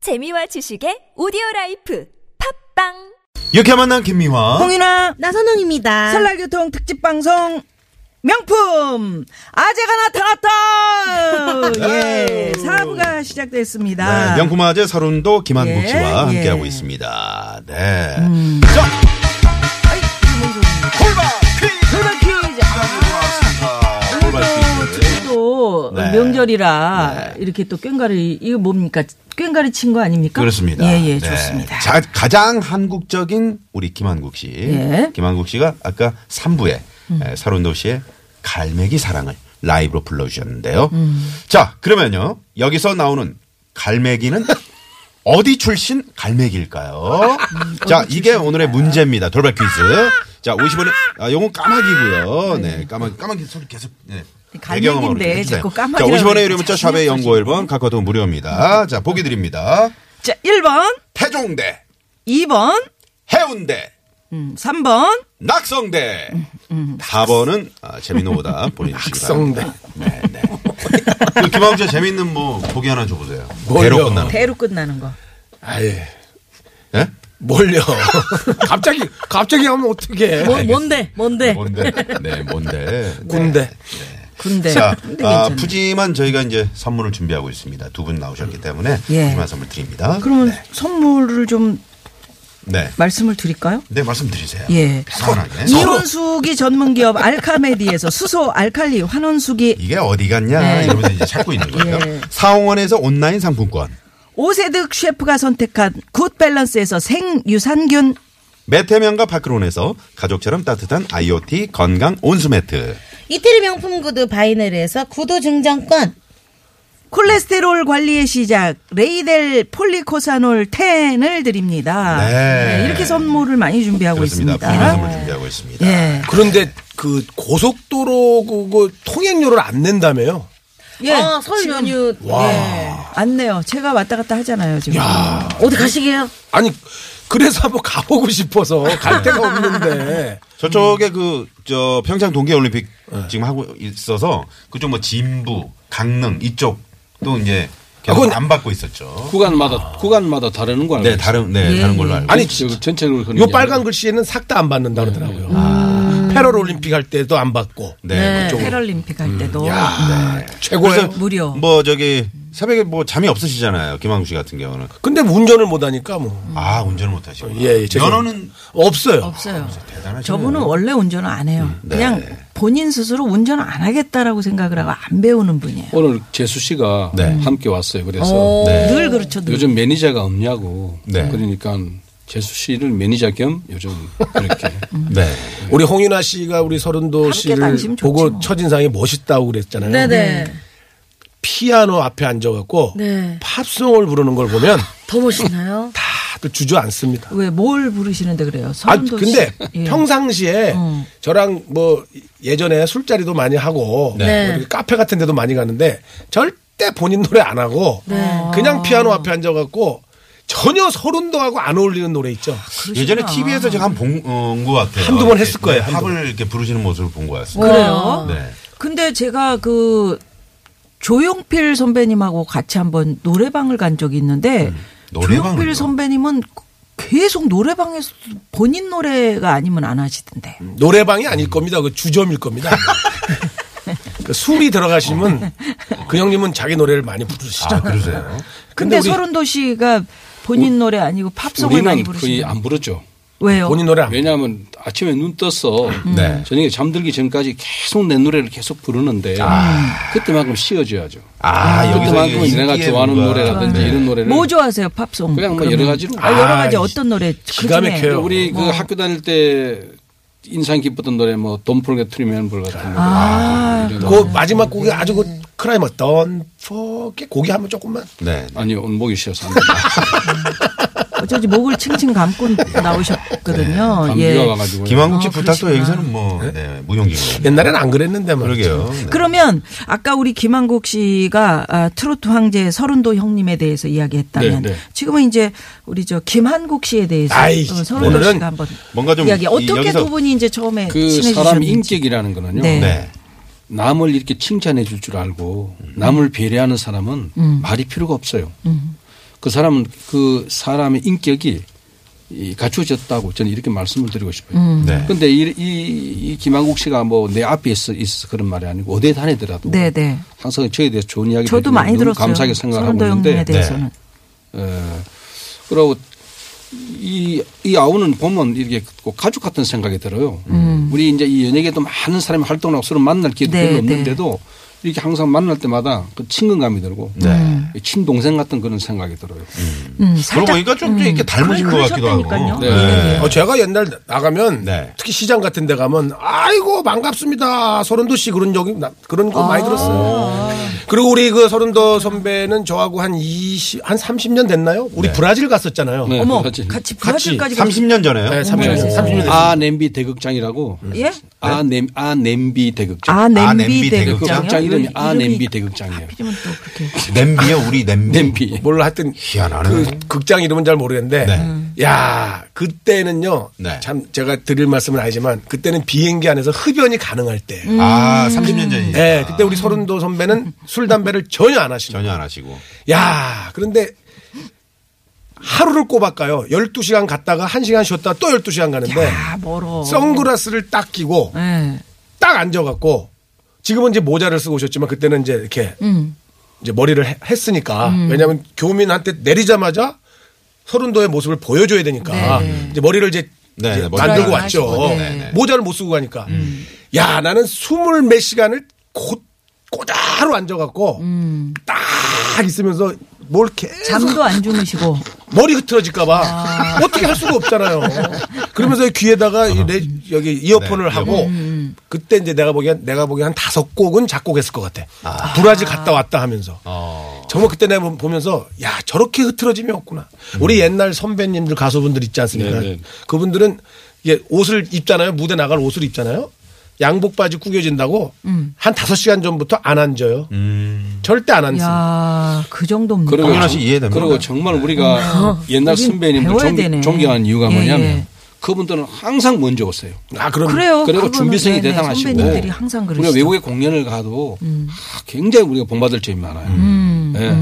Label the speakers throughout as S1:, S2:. S1: 재미와 지식의 오디오 라이프 팝빵
S2: 이렇게 만난 김미화.
S3: 홍이나
S2: 아.
S4: 나선홍입니다.
S3: 설날 교통 특집 방송 명품 아재가 나타났다. 예, 사부가 시작됐습니다.
S2: 네, 명품 아재 사룬도 김한국
S3: 예,
S2: 씨와
S3: 예.
S2: 함께하고 있습니다. 네. 자,
S3: 아이, 이게 뭔 소리야.
S2: 골반 퀴즈!
S3: 설날 퀴즈.
S2: 아, 골반
S3: 오늘도
S2: 퀴즈.
S3: 또
S2: 네.
S3: 명절이라 이렇게 또 꽹가리 이거 뭡니까? 꽹가리 친 거 아닙니까?
S2: 그렇습니다.
S3: 예, 예,
S2: 네.
S3: 좋습니다.
S2: 자, 가장 한국적인 우리 김한국 씨.
S3: 예. 음.
S2: 김한국 씨가 아까 3부에 사룬도 씨의 갈매기 사랑을 라이브로 불러주셨는데요.
S3: 음.
S2: 자, 그러면요. 여기서 나오는 갈매기는 어디 출신 갈매기일까요?
S3: 음,
S2: 자, 이게 오늘의 문제입니다. 돌발 퀴즈. 자, 50원에, 아, 요건 까마귀고요. 네, 까마귀, 까마귀 소리 계속, 네.
S3: 갈매기인데
S2: 배경음악으로 이렇게 해주세요.
S3: 자꾸
S2: 자,
S3: 까마귀라고
S2: 50원에 유료
S3: 그러니까
S2: 문자
S3: 자꾸
S2: 샵의 연구 1번, 카카오톡 무료입니다. 자, 보기 드립니다.
S3: 자, 1번,
S2: 태종대,
S3: 2번,
S2: 해운대,
S3: 음, 3번.
S2: 낙성대. 4번은 아, 재밌는 오답 보내주시기 바랍니다. 네, 네. 그 김학주 씨 재밌는 뭐 보기 하나 줘보세요.
S5: 뭘요?
S2: 대로 끝나는. 거.
S3: 대로 끝나는 거.
S5: 아예
S2: 예?
S5: 뭘요? 갑자기 갑자기 하면 어떻게?
S3: 뭐, 뭔데? 뭔데?
S2: 뭔데? 네, 뭔데? 네.
S5: 군대.
S3: 군대.
S2: 자,
S3: 군대
S2: 아,
S3: 괜찮네.
S2: 푸짐한 저희가 이제 선물을 준비하고 있습니다. 두 분 나오셨기 때문에
S3: 예.
S2: 푸짐한 선물 드립니다.
S3: 그러면 선물을 좀
S2: 네.
S3: 말씀을 드릴까요?
S2: 네, 말씀드리세요.
S3: 예.
S2: 편하게.
S3: 이온수기 전문기업 알카메디에서 수소 알칼리 환원수기
S2: 이게 어디 갔냐
S3: 네.
S2: 이러면서 이제 찾고 있는 거예요. 사홍원에서 온라인 상품권,
S3: 오세득 셰프가 선택한 굿밸런스에서 생유산균
S2: 메테면과 파크론에서 가족처럼 따뜻한 IoT 건강 온수 매트,
S4: 이태리 명품 구두 바이네르에서 구두 증정권.
S3: 콜레스테롤 관리의 시작 레이델 폴리코사놀 10을 드립니다.
S2: 네.
S3: 이렇게 선물을 많이 준비하고
S2: 그렇습니다. 음. 푸짐한
S3: 있습니다.
S2: 선물 준비하고 있습니다.
S3: 예.
S5: 그런데 그 고속도로 그거 통행료를 안 낸다며요?
S3: 예.
S4: 어, 설 연휴. 네.
S3: 안 내요. 제가 왔다 갔다 하잖아요, 지금.
S4: 어디 가시게요?
S5: 아니 그래서 한번 가보고 싶어서 갈 데가 없는데
S2: 저쪽에 그 저 평창 동계올림픽
S5: 네.
S2: 지금 하고 있어서 그쪽 뭐 진부, 강릉 이쪽 또 이제 계속
S5: 아, 그건- 아, 그렇죠.
S2: 안 받고 있었죠.
S6: 구간마다 구간마다 다르는 거 알고
S2: 네, 다른 네 다른 걸로 알고.
S5: 아니
S6: 있어요. 전체적으로 그런
S5: 요
S6: 게
S5: 빨간
S6: 아니라.
S5: 글씨에는 싹 다 안 받는다 그러더라고요. 패럴 올림픽 할 때도 안 받고
S2: 네. 그쪽으로. 음,
S3: 패럴림픽 할 때도
S5: 네. 최고예요.
S3: 무료.
S2: 뭐 저기 새벽에 뭐 잠이 없으시잖아요. 김한국 씨 같은 경우는
S5: 근데 운전을 못 하니까 뭐
S2: 아 운전을 못 하시고.
S5: 예, 예, 죄송합니다.
S2: 면허는
S5: 없어요.
S3: 없어요.
S2: 대단하시네요.
S3: 저분은 원래 운전을 안 해요.
S2: 네.
S3: 그냥 본인 스스로 운전 안 하겠다라고 생각을 하고 안 배우는 분이에요.
S6: 오늘 재수 씨가
S2: 네.
S6: 함께 왔어요. 그래서
S4: 오.
S2: 네.
S3: 늘 그렇죠. 늘.
S6: 요즘 매니저가 없냐고.
S2: 네.
S6: 그러니까 재수 씨를 매니저 겸 요즘 그렇게
S3: 음.
S2: 네.
S5: 우리 홍윤아 씨가 우리 서른도
S3: 함께
S5: 씨를
S3: 다니시면 좋지
S5: 보고
S3: 뭐.
S5: 첫인상이 멋있다고 그랬잖아요.
S4: 네네.
S5: 피아노 앞에 앉아갖고
S4: 네.
S5: 팝송을 부르는 걸 보면
S4: 더 멋있나요?
S5: 다들 주저앉습니다.
S3: 왜 뭘 부르시는데 그래요?
S5: 아
S3: 서른도 씨.
S5: 근데
S3: 예.
S5: 평상시에
S3: 음.
S5: 저랑 뭐 예전에 술자리도 많이 하고
S4: 네.
S5: 뭐 이렇게 카페 같은 데도 많이 갔는데 절대 본인 노래 안 하고
S3: 네.
S5: 그냥 피아노 앞에 앉아갖고 전혀 서른도하고 안 어울리는 노래 있죠.
S2: 예전에 TV에서 제가 한본것 같아요.
S5: 한두 번 했을 거예요, 한두
S2: 합을 이렇게 부르시는 모습을 본 것 같습니다.
S3: 그래요.
S2: 네.
S3: 근데 제가 그 조용필 선배님하고 같이 한번 노래방을 간 적이 있는데
S2: 노래방을요?
S3: 조용필 선배님은 계속 노래방에서 본인 노래가 아니면 안 하시던데.
S5: 음, 노래방이 아닐 겁니다. 그 주점일 겁니다. 그 술이 들어가시면 그 형님은 자기 노래를 많이 부르시죠.
S2: 아 그러세요?
S3: 근데,
S5: 우리
S3: 서른도 씨가 본인 노래 아니고 팝송을 많이
S6: 우리는
S3: 부르시는
S6: 거의
S3: 거예요.
S6: 안 부르죠.
S3: 왜요?
S5: 본인 노래 안
S6: 왜냐하면 아침에 눈 떠서
S2: 네.
S6: 저녁에 잠들기 전까지 계속 내 노래를 계속 부르는데 그때만큼 씌워줘야죠.
S2: 아 여기서
S6: 그때만큼은
S2: 이게
S6: 내가
S2: 인기의
S6: 좋아하는
S2: 뭔가-
S6: 노래라든지
S2: 네.
S6: 이런 노래를
S3: 뭐 좋아하세요 팝송?
S6: 그냥 뭐
S3: 그러면.
S6: 여러 가지로.
S3: 아, 여러 가지
S5: 아,
S3: 어떤 노래
S5: 기가
S3: 그중에
S5: 막혀요.
S6: 우리
S3: 어.
S6: 그 학교 다닐 때 인상 깊었던 노래 뭐 Don't Forget to Remember 같은 노래.
S3: 아,
S6: 이런
S5: 그 마지막 곡이 아주 그 크라이머 던 포게 고기 한번 조금만
S2: 네.
S6: 아니요, 오늘 목이 쉬어서 안 됩니다.
S3: 어쩐지 목을 칭칭 감고 나오셨거든요.
S6: 감기가
S3: 예.
S6: 와가지고.
S2: 김한국 씨
S3: 어,
S2: 부탁도
S3: 그러시구나.
S2: 여기서는 뭐 네, 무용지물.
S5: 옛날엔 안 예. 그랬는데 말이죠.
S2: 그러게요.
S3: 그렇죠.
S2: 네.
S3: 그러면 아까 우리 김한국 씨가 아, 트로트 황제 서른도 형님에 대해서 이야기했다면
S6: 네, 네.
S3: 지금은 이제 우리 저 김한국 씨에 대해서
S5: 아이,
S3: 어, 서른도
S5: 오늘은
S3: 씨가 한번
S2: 뭔가 좀
S3: 이야기
S2: 이-
S3: 어떻게
S2: 여기서-
S3: 두 분이 이제 처음에
S6: 그
S3: 친해지셨는지
S6: 사람 인격이라는 거는요.
S3: 네.
S2: 네.
S6: 남을
S3: 음.
S6: 이렇게 칭찬해 줄 줄 알고 남을 배려하는 사람은 말이 필요가 없어요. 그 사람은 그 사람의 인격이 이 갖춰졌다고 저는 이렇게 말씀을 드리고 싶어요.
S3: 음.
S2: 네.
S6: 근데 이, 이, 이 김한국 씨가 뭐 내 앞에 있어, 있어 그런 말이 아니고 어디 다니더라도
S3: 네, 네.
S6: 항상 저에 대해서 좋은 이야기
S3: 저도 많이 들었어요.
S6: 감사하게 생각하고
S3: 서른도 형님에
S6: 있는데 네.
S3: 대해서는.
S6: 어, 그리고 이, 이 아우는 보면 이렇게 꼭 가족 같은 생각이 들어요. 우리 이제 이 연예계도 많은 사람이 활동하고 서로 만날 기회도
S3: 음. 네,
S6: 별로
S3: 네.
S6: 없는데도 이렇게 항상 만날 때마다 그 친근감이 들고 이 친동생 같은 그런 생각이 들어요.
S3: 음,
S2: 그러고
S3: 살짝
S2: 보니까 좀 이렇게 닮으신 것 같기도 하고.
S3: 그러셨다니까요.
S6: 네.
S5: 어, 제가 옛날 나가면
S2: 네.
S5: 특히 시장 같은 데 가면 아이고 반갑습니다 서른도 씨 그런 적이 나- 그런 거 많이 들었어요. 그리고 우리 그 서른도 선배는 저하고 한 20, 한 30년 됐나요? 우리
S2: 네.
S5: 브라질 갔었잖아요.
S6: 네,
S3: 어머
S6: 그렇지.
S3: 같이
S5: 같이
S3: 브라질까지 가-
S2: 30년 전에요.
S5: 네, 30년,
S6: 네.
S5: 30년 됐어요.
S6: 아 냄비 대극장이라고.
S3: 예?
S6: 아, 냄, 아 냄비 대극장.
S3: 아
S2: 아,
S3: 냄비
S2: 냄비 대극장.
S3: 대극장이요?
S6: 극장 이름이
S3: 이름이-
S6: 아 냄비 대극장이에요. 네.
S3: 하필이면 또 그렇게
S2: 냄비요, 우리 냄비.
S6: 냄비.
S5: 몰라 하여튼
S2: 희한하네.
S5: 그 극장 이름은 잘 모르겠는데
S2: 네.
S5: 야 그때는요
S2: 네.
S5: 참 제가 드릴 말씀은 아니지만 그때는 비행기 안에서 흡연이 가능할 때
S2: 아, 30년 전이.
S5: 네, 그때 우리 서른도 선배는 술 담배를 전혀 안 하시는
S2: 전혀 안 하시고.
S5: 야, 그런데 하루를 꼬박가요. 12시간 갔다가 1시간 쉬었다가 또 12시간 가는데
S3: 아 멀어.
S5: 선글라스를 딱 끼고
S3: 예.
S5: 딱 앉아갖고 지금은 이제 모자를 쓰고 오셨지만 그때는 이제 이렇게 이제 머리를 해- 했으니까 왜냐하면 교민한테 내리자마자 서른도의 모습을 보여줘야 되니까 이제 머리를 이제
S2: 네,
S5: 이제
S2: 네, 머리
S5: 만들고
S2: 모자를
S5: 왔죠.
S2: 하시고, 네, 네.
S5: 모자를 못 쓰고 가니까 야 나는 스물 몇 시간을 곧 꼬다로 앉아갖고 딱 있으면서 뭘 계속
S3: 잠도 안 주무시고
S5: 머리 흐트러질까봐
S3: 아.
S5: 어떻게 할 수가 없잖아요. 그러면서 귀에다가 이 내, 여기 이어폰을
S2: 네,
S3: 음,
S5: 하고 그때 이제 내가 보기엔 내가 보기엔 한 다섯 곡은 작곡했을 것 같아. 브라질 갔다 왔다 하면서
S2: 어.
S5: 정말 그때 내가 보면서 야 저렇게 흐트러짐이 없구나. 우리 옛날 선배님들 가수분들 있지 않습니까?
S6: 네, 네.
S5: 그분들은 이게 옷을 입잖아요. 무대 나갈 옷을 입잖아요. 양복 바지 구겨진다고
S3: 음.
S5: 한 다섯 시간 전부터 안 앉아요. 절대 안 앉습니다.
S3: 야그 정도입니다.
S6: 그리고
S2: 박연아 씨 이해됩니다. 네.
S6: 그리고 정말 우리가 옛날
S3: 우린 아, 배워야 되네.
S6: 선배님들 존, 경하는 이유가
S3: 예,
S6: 뭐냐면
S3: 예.
S6: 그분들은 항상 먼저 오세요.
S5: 아 그럼
S3: 그래요.
S6: 그리고
S3: 그거는
S6: 준비성이
S3: 네네,
S6: 대단하시고
S3: 선배님들이 항상 그러시죠. 음.
S6: 우리가 외국에 공연을 가도 아, 굉장히 우리가 본받을 점이 많아요. 예.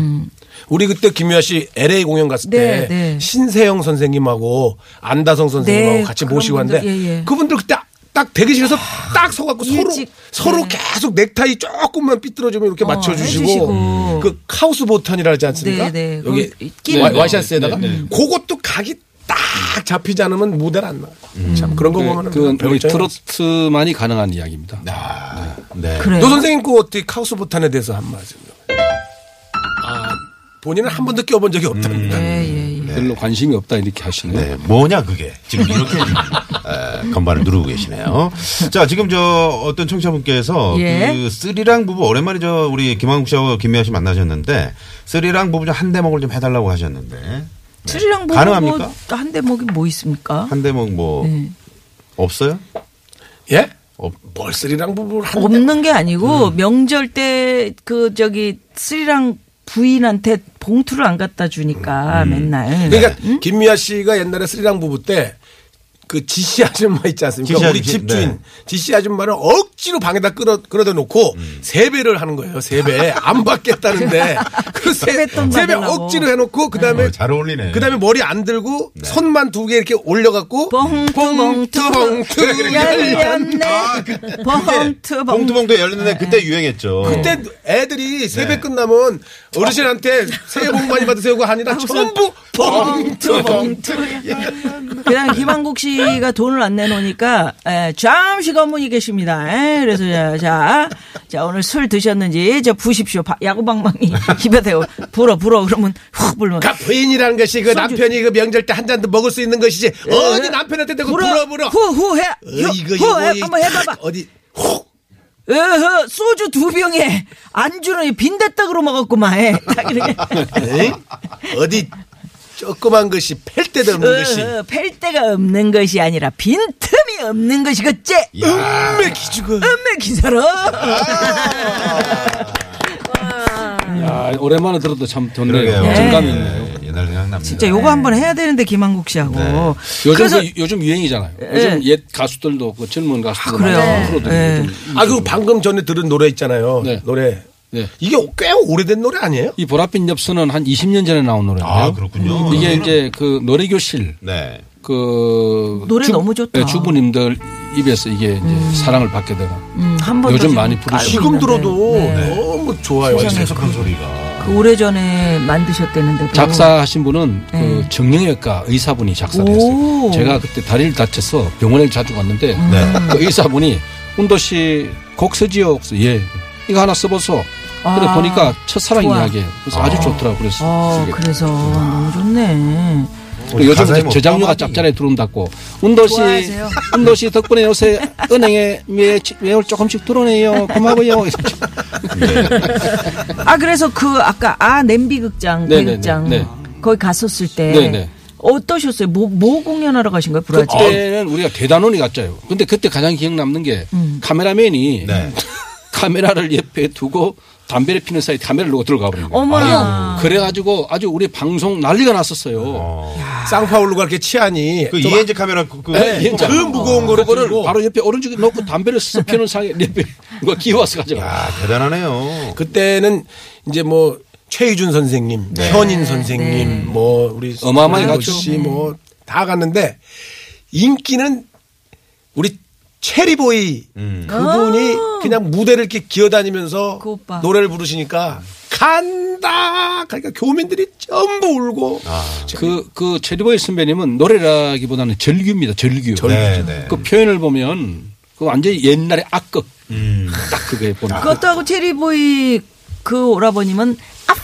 S5: 우리 그때 김유아 씨 LA 공연 갔을 때
S3: 네, 네.
S5: 신세영 선생님하고 안다성 선생님하고
S3: 네,
S5: 같이
S3: 그런
S5: 모시고 왔는데
S3: 분들, 예, 예.
S5: 그분들 그때 딱 대기실에서 딱 서갖고 서로
S3: 일찍,
S5: 서로
S3: 네.
S5: 계속 넥타이 조금만 삐뚤어지면 이렇게 맞춰주시고
S3: 해주시고.
S5: 그 카우스 보탄이라 하지 않습니까?
S3: 네, 네.
S5: 여기
S3: 거기 끼는
S5: 와-
S6: 거.
S5: 와이셔츠에다가
S6: 네, 네.
S5: 그것도 각이 딱 잡히지 않으면 무대를 안 나가. 참 그런 거 보면
S6: 그,
S5: 은
S6: 그 우리 트로트만이 가능한 이야기입니다.
S2: 아, 네.
S3: 그래요.
S5: 노 선생님 그 어떻게 카우스 보탄에 대해서 한 말씀.
S6: 아.
S5: 본인은 한 번도 끼워본 적이 없답니다.
S3: 예예 예.
S6: 네. 별로 관심이 없다 이렇게 하시네요.
S2: 네, 뭐냐 그게 지금 이렇게 에, 건반을 누르고 계시네요. 자, 지금 저 어떤 청취자분께서
S3: 예.
S2: 그 쓰리랑 부부 오랜만에 저 우리 김한국 씨하고 김미아 씨 만나셨는데 쓰리랑 부부 좀 한 대목을 좀 해달라고 하셨는데 네.
S3: 술이랑 뭐
S2: 가능합니까?
S3: 한 대목이 뭐 있습니까?
S2: 한 대목 뭐
S3: 네.
S2: 없어요?
S5: 예?
S2: 없,
S5: 뭘 쓰리랑 부부를 하는데
S3: 없는 게 아니고 명절 때 그 저기 스리랑 부인한테 봉투를 안 갖다 주니까 맨날
S5: 그러니까 김미아 씨가 옛날에 스리랑 부부 때 그 지씨 아줌마 있지 않습니까?
S2: 지씨
S5: 우리
S2: 아저씨,
S5: 집주인
S2: 네. 지씨
S5: 지씨 아줌마를 억지로 방에다 끌어 끌어다 놓고
S2: 음.
S5: 세배를 하는 거예요. 세배 안 받겠다는데 그 세,
S3: 세뱃돈
S5: 세배
S3: 받으려고.
S5: 억지로 해놓고 그 다음에
S2: 어, 잘 어울리네. 네.
S5: 그다음에 머리 안 들고 손만 두 개 이렇게 올려갖고
S3: 봉투 봉투
S5: 봉투
S3: 열렸네 봉투 네.
S2: 봉투
S3: 봉투
S2: 봉투 열렸는데 그때 유행했죠.
S5: 그때
S6: 어.
S5: 애들이
S6: 네.
S5: 세배 끝나면 어르신한테 새해 복 많이 받으세요가 아니라 전부
S3: 봉투 봉투 그다음 김한국 씨가 돈을 안 내놓으니까 에, 잠시 검문이 계십니다. 에, 그래서 자, 자, 자, 오늘 술 드셨는지 저 부십시오. 바- 야구방망이 입에 대고 불어 불어 그러면 훅 불면
S5: 가프인이라는 것이 그 남편이 그 명절 때 한 잔도 먹을 수 있는 것이지 어디 남편한테 대고 불어 불어
S3: 네. 후후해
S5: 이거 이거
S3: 후해
S5: 이거
S3: 한번 해봐봐. 어,
S5: 어디 훅
S3: 으허, 소주 두 병에 안주는 이 빈대떡으로 먹었구만. 에. 딱 이렇게.
S5: 에이? 어디 조그만 것이 펼 데도
S3: 네.
S5: 없는 것이
S3: 어, 으허, 팰 데가 없는 것이 아니라 빈틈이 없는 것이겠지.
S2: 야,
S5: 음매 기죽어
S3: 음메 기사로.
S5: 아.
S6: 야, 아, 오랜만에 들어도 참
S2: 그러게요.
S6: 좋네요. 정감이 있네요.
S2: 네, 옛날 생각납니다.
S3: 진짜 요거 한번 해야 되는데 김한국 씨하고.
S6: 요즘
S3: 그래서 네.
S6: 그 요즘 유행이잖아요. 요즘 옛 가수들도 그 젊은 가수들
S3: 아, 그래요?
S6: 많이 프로들이
S3: 네.
S6: 좀
S5: 그 아 그리고 방금 전에 들은 노래 있잖아요
S6: 네.
S5: 노래
S6: 네.
S5: 이게 꽤 오래된 노래 아니에요?
S6: 이 보랏빛 엽서는 한 20년 전에 나온 노래인데요.
S2: 아, 그렇군요.
S6: 음. 이게 이제 그 노래 교실
S2: 네.
S6: 그
S3: 노래 너무 좋다.
S6: 네, 주부님들 입에서 이게 이제 사랑을 받게 되고
S3: 음, 한번
S6: 요즘 많이 부르시죠.
S5: 지금 들어도 너무 좋아요.
S2: 어디서 그런 소리가.
S3: 네. 그 오래전에 만드셨다는데
S6: 작사하신 분은
S3: 네.
S6: 그 정형외과 의사분이 작사했어요.
S3: 오. 음.
S6: 제가 그때 다리를 다쳐서 병원에 자주 갔는데
S2: 네.
S6: 그 의사분이 운도 씨 곡서지요. 그래서 예. 이거 하나 써보소. 그래
S3: 아,
S6: 보니까 첫사랑
S3: 좋아.
S6: 이야기예요. 그래서 아. 주 좋더라고 그래서
S3: 어,
S6: 쓰게.
S3: 그래서 너무 좋네.
S2: 우리
S6: 어, 요즘
S2: 가사에
S6: 이제
S2: 뭐
S6: 저장료가 짭짤해 들어온다고. 운도 씨,
S3: 좋아하세요.
S6: 운도 씨 덕분에 요새 은행에 매, 매월 조금씩 들어오네요. 고마워요.
S3: 아 그래서 그 아까 아 냄비 극장
S6: 네네네,
S3: 대극장
S6: 네.
S3: 거기 갔었을 때
S6: 네네.
S3: 어떠셨어요? 뭐 뭐 공연하러 가신 거예요? 브라질?
S6: 그렇죠. 그때는 아, 우리가 대단원이 갔잖아요. 근데 그때 가장 기억 남는 게
S3: 음.
S6: 카메라맨이
S2: 네.
S6: 카메라를 옆에 두고 담배를 피는 사이 카메라를 놓고 들어가 버린 거예요.
S3: 어머나.
S6: 그래가지고 아주 우리 방송 난리가 났었어요.
S5: 쌍파울루가 이렇게 치안이
S2: 그
S5: 좀
S2: 이엔지 카메라 그, 그
S6: 네,
S5: 그 무거운 거를
S6: 그거를
S5: 들고.
S6: 바로 옆에 오른쪽에 놓고 담배를 쓱 피는 사이 옆에 누가 기어와서 가져가.
S2: 야, 대단하네요.
S5: 그때는 이제 뭐 최희준 선생님,
S3: 네.
S5: 현인 선생님, 뭐 우리
S6: 네. 어마어마하게
S5: 손흥민
S6: 갔죠.
S5: 씨, 뭐 다 갔는데 인기는 우리 체리보이
S6: 음.
S5: 그분이 그냥 무대를 이렇게 기어다니면서
S3: 아. 그 오빠.
S5: 노래를 부르시니까 간다. 그러니까 교민들이 전부 울고
S6: 그, 그 체리보이 선배님은 노래라기보다는 절규입니다. 절규.
S2: 네, 네.
S6: 그 표현을 보면 그 완전히 옛날의 악극.
S5: 음.
S6: 딱 그게 보면.
S3: 그것도 하고 체리보이 그 오라버님은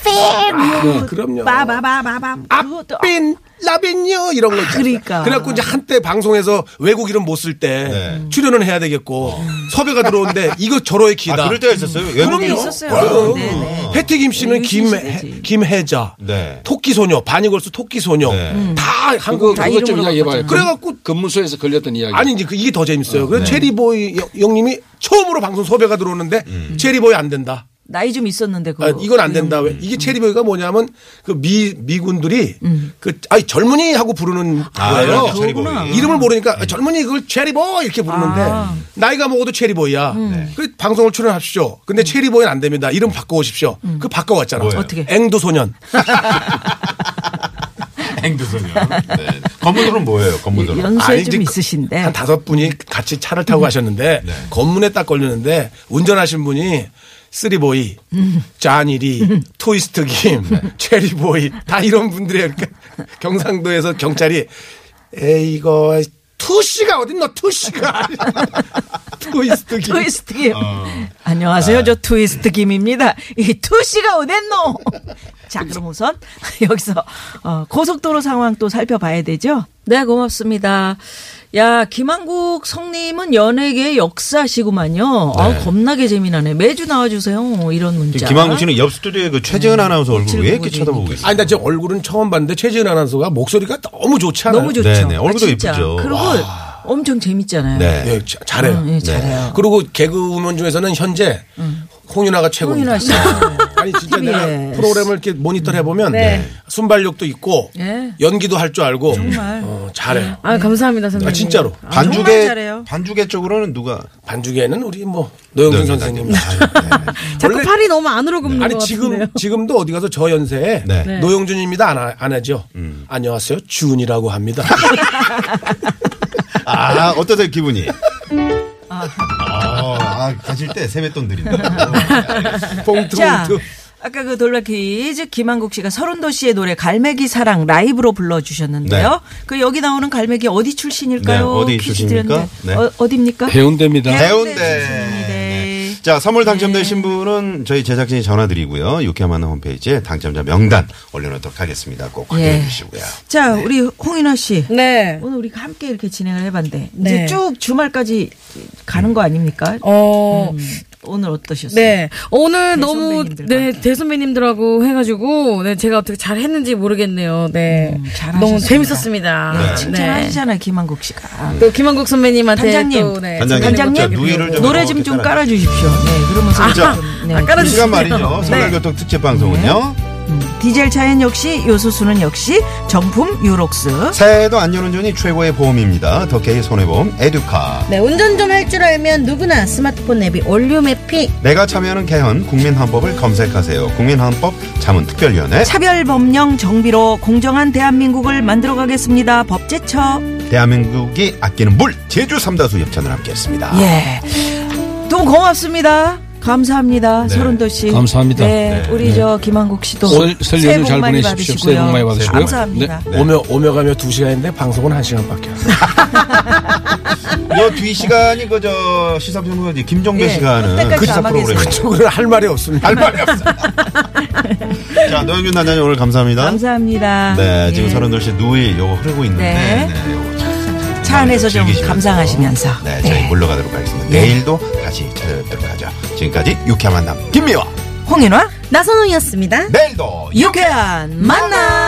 S3: 뭐
S5: 아, 그럼요.
S3: 빠바바바바 그것도 아,
S5: 빈 라빈요 이런 거 있잖아요.
S3: 그러니까.
S5: 그래갖고 이제 한때 방송에서 외국 이름 못 쓸 때
S6: 네.
S5: 출연은 해야 되겠고
S3: 음.
S5: 섭외가 들어오는데 이거 저러의
S2: 아,
S5: 기다.
S2: 그럴 때가 있었어요. 외국인
S3: 그런 게 있었어요. 네네.
S5: 패티김 씨는
S3: 외국
S5: 김
S3: 출신이지.
S5: 김혜자,
S2: 네.
S5: 토끼 소녀, 바니걸스 토끼 소녀
S2: 네.
S3: 음.
S5: 다
S6: 그거,
S5: 한국
S3: 다
S6: 그거 좀
S3: 이름으로
S6: 이야기해봐요.
S3: 바꿨잖아.
S5: 그래갖고-
S6: 근무소에서 걸렸던
S2: 음.
S6: 이야기.
S5: 아니 이제 그 이게 더 재밌어요. 그래서
S2: 네.
S5: 체리보이 여- 형님이 처음으로 방송 섭외가 들어오는데
S2: 음.
S5: 체리보이 안 된다.
S3: 나이 좀 있었는데 그거 음.
S5: 아, 이건 안 된다. 왜? 이게 체리보이가 뭐냐면 그 미 미군들이
S3: 음.
S5: 그 아니 젊은이 하고 부르는
S2: 아,
S5: 거예요.
S2: 그렇죠, 체리보이.
S3: 음.
S2: 그렇구나.
S5: 이름을 모르니까 아, 젊은이 그걸 체리보이 이렇게 부르는데
S3: 아.
S5: 나이가 먹어도 체리보이야.
S3: 음. 네.
S5: 그 방송을 출연하십시오. 근데 체리보이는 안 됩니다. 이름 바꿔 오십시오. 그 바꿔 왔잖아.
S2: 뭐예요?
S3: 음. 어떻게?
S5: 앵두 소년.
S2: 앵두소녀. 네. 건물들은 뭐예요? 건물들은.
S3: 연세
S5: 아니, 이제
S3: 좀
S5: 그-
S3: 있으신데 음.
S5: 한 다섯 분이 같이 차를 타고 가셨는데 건문에 딱 걸렸는데 운전하신 분이 쓰리보이,
S3: 음.
S5: 짠이리, 토이스트 김,
S3: 네.
S5: 체리보이 다 이런 분들이에요. 그러니까 경상도에서 경찰이 에이 이거 투시가 어딨노 투시가 토이스트 김
S3: 트위스트 김.
S2: 어. 아.
S3: 안녕하세요. 저 트위스트 김입니다. 이 투시가 어딨노? 자, 그럼 우선 여기서 어, 고속도로 상황 또 살펴봐야 되죠? 네, 고맙습니다. 야, 김한국 성님은 연예계 역사시구만요. 아, 겁나게 재미나네. 매주 나와주세요. 이런 문자.
S2: 네. 지금 김한국 씨는 옆 스튜디오에 그 최재은 아나운서 얼굴 왜 이렇게
S3: 칠구구구님.
S2: 쳐다보고 있어요?
S5: 아니 나제 얼굴은 처음 봤는데 최지은 아나운서가 목소리가 너무 좋지 않아요?
S3: 너무 좋죠.
S2: 네네, 얼굴도
S3: 진짜.
S2: 예쁘죠.
S3: 그리고 엄청 재밌잖아요.
S2: 네.
S5: 예, 자- 잘해요. 음.
S3: 어, 예, 잘해요. 음.
S5: 그리고 개그우먼 중에서는 현재 홍윤아가 최고입니다.
S3: 홍윤아
S5: 네.
S3: 씨. 예.
S5: 아니 진짜 내가
S3: TBS.
S5: 프로그램을 이렇게 모니터를 해보면 순발력도 있고
S3: 네. 예.
S5: 연기도 할 줄 알고
S3: 정말. 예.
S5: 어, 잘해.
S4: 아
S3: 네.
S4: 감사합니다 선생님.
S5: 아, 진짜로
S3: 정말
S2: 반죽의
S3: 잘해요.
S2: 반죽의 쪽으로는 누가
S5: 반죽에는 우리 뭐 노영준 선생님.
S4: 자꾸
S5: 원래-
S4: 팔이 너무 안으로
S3: 예.
S4: 굽는
S5: 아니
S4: 것
S5: 지금
S4: 같은데요.
S5: 지금도 어디 가서 저 연세에
S2: 네.
S4: 네.
S5: 노영준입니다 안, 하, 안 하죠. 안녕하세요 준이라고 합니다.
S2: 아 어떠세요 기분이? 아, 아 가실 때 세뱃돈 드린다.
S5: 봉투
S3: 자,
S5: 봉투.
S3: 아까 그 돌라 퀴즈 김한국 씨가 서른도 씨의 노래 갈매기 사랑 라이브로 불러주셨는데요. 그 여기 나오는 갈매기 어디 출신일까요?
S2: 네, 어디
S3: 퀴즈
S2: 출신입니까?
S3: 드렸는데.
S2: 네.
S3: 어, 어딥니까?
S6: 해운대입니다.
S5: 네.
S2: 해운대.
S3: 네.
S2: 자, 선물
S7: 네.
S2: 당첨되신 분은 저희 제작진이 전화드리고요. 유쾌한 만남 홈페이지에 당첨자 명단 올려놓도록 하겠습니다. 꼭 확인해
S3: 예.
S2: 주시고요.
S3: 자, 우리 홍인아 씨.
S4: 네.
S3: 오늘 우리가 함께 이렇게 진행을 해봤는데
S4: 네.
S3: 이제 쭉 주말까지 가는 거 아닙니까?
S4: 어.
S3: 오늘 어떠셨어요?
S4: 네. 오늘 너무
S3: 대선배님들과
S4: 네, 대선배님들하고 해 가지고 네, 제가 어떻게 잘 했는지 모르겠네요. 네.
S3: 잘하셨습니다.
S4: 너무
S3: 네.
S4: 재밌었습니다. 네.
S3: 칭찬하시잖아요, 김한국 씨가.
S4: 또 김한국 선배님한테
S3: 단장님.
S4: 또 네.
S2: 단장님,
S3: 단장님?
S2: 저 누이를 좀
S3: 노래 좀 좀
S2: 따라-
S3: 깔아주십시오. 네, 그러면서
S2: 자,
S3: 좀, 네.
S4: 깔아주세요.
S7: 네.
S2: 이 시간 말이죠. 생활교통 특집 방송은요.
S3: 디젤 차엔 역시 요소수는 역시 정품 유록스.
S2: 새해에도 안전운전이 최고의 보험입니다. 덕혜의 손해보험 에듀카.
S7: 네, 운전 좀 할 줄 알면 누구나 스마트폰 앱이 원료맵피
S2: 내가 참여하는 개헌 국민헌법을 검색하세요. 국민헌법 자문특별위원회
S3: 차별 법령 정비로 공정한 대한민국을 만들어 가겠습니다. 법제처.
S2: 대한민국이 아끼는 물 제주 삼다수 협찬을 함께했습니다.
S3: 예. 너무 고맙습니다. 감사합니다. 서른도 씨.
S6: 네. 감사합니다.
S3: 네,
S2: 네,
S3: 우리 저 김한국 씨도
S6: 설- 설
S3: 새해
S6: 연휴
S3: 복
S6: 잘
S3: 많이
S6: 보내십시오.
S3: 받으시고요. 네,
S6: 새해 복 많이 받으시고요.
S3: 감사합니다.
S5: 오며 오며 가며 두 시간인데 방송은 한 시간밖에 안 돼.
S2: 요뒤 시간이 그저 시사평론가지 김종배
S3: 예,
S2: 시간은
S3: 그때까지
S2: 그 시사
S3: 아마 계세요.
S2: 프로그램.
S5: 그쪽은 할 말이 없습니다.
S2: 알 말이 없어. 자 노영균 단장님 오늘 감사합니다.
S3: 감사합니다.
S2: 네
S3: 예.
S2: 지금 서른도 씨 누이 요거 흐르고 있는데
S3: 네.
S2: 네, 요거 참-
S3: 차 안에서 좀
S2: 즐기시면서.
S3: 감상하시면서.
S2: 네 저희
S3: 네.
S2: 물러가도록 하겠습니다. 내일도 다시 찾아뵙도록 하죠. 지금까지 유쾌한 만남 김미화
S3: 홍인화
S7: 나선홍이었습니다.
S2: 내일도
S3: 유쾌한 만남.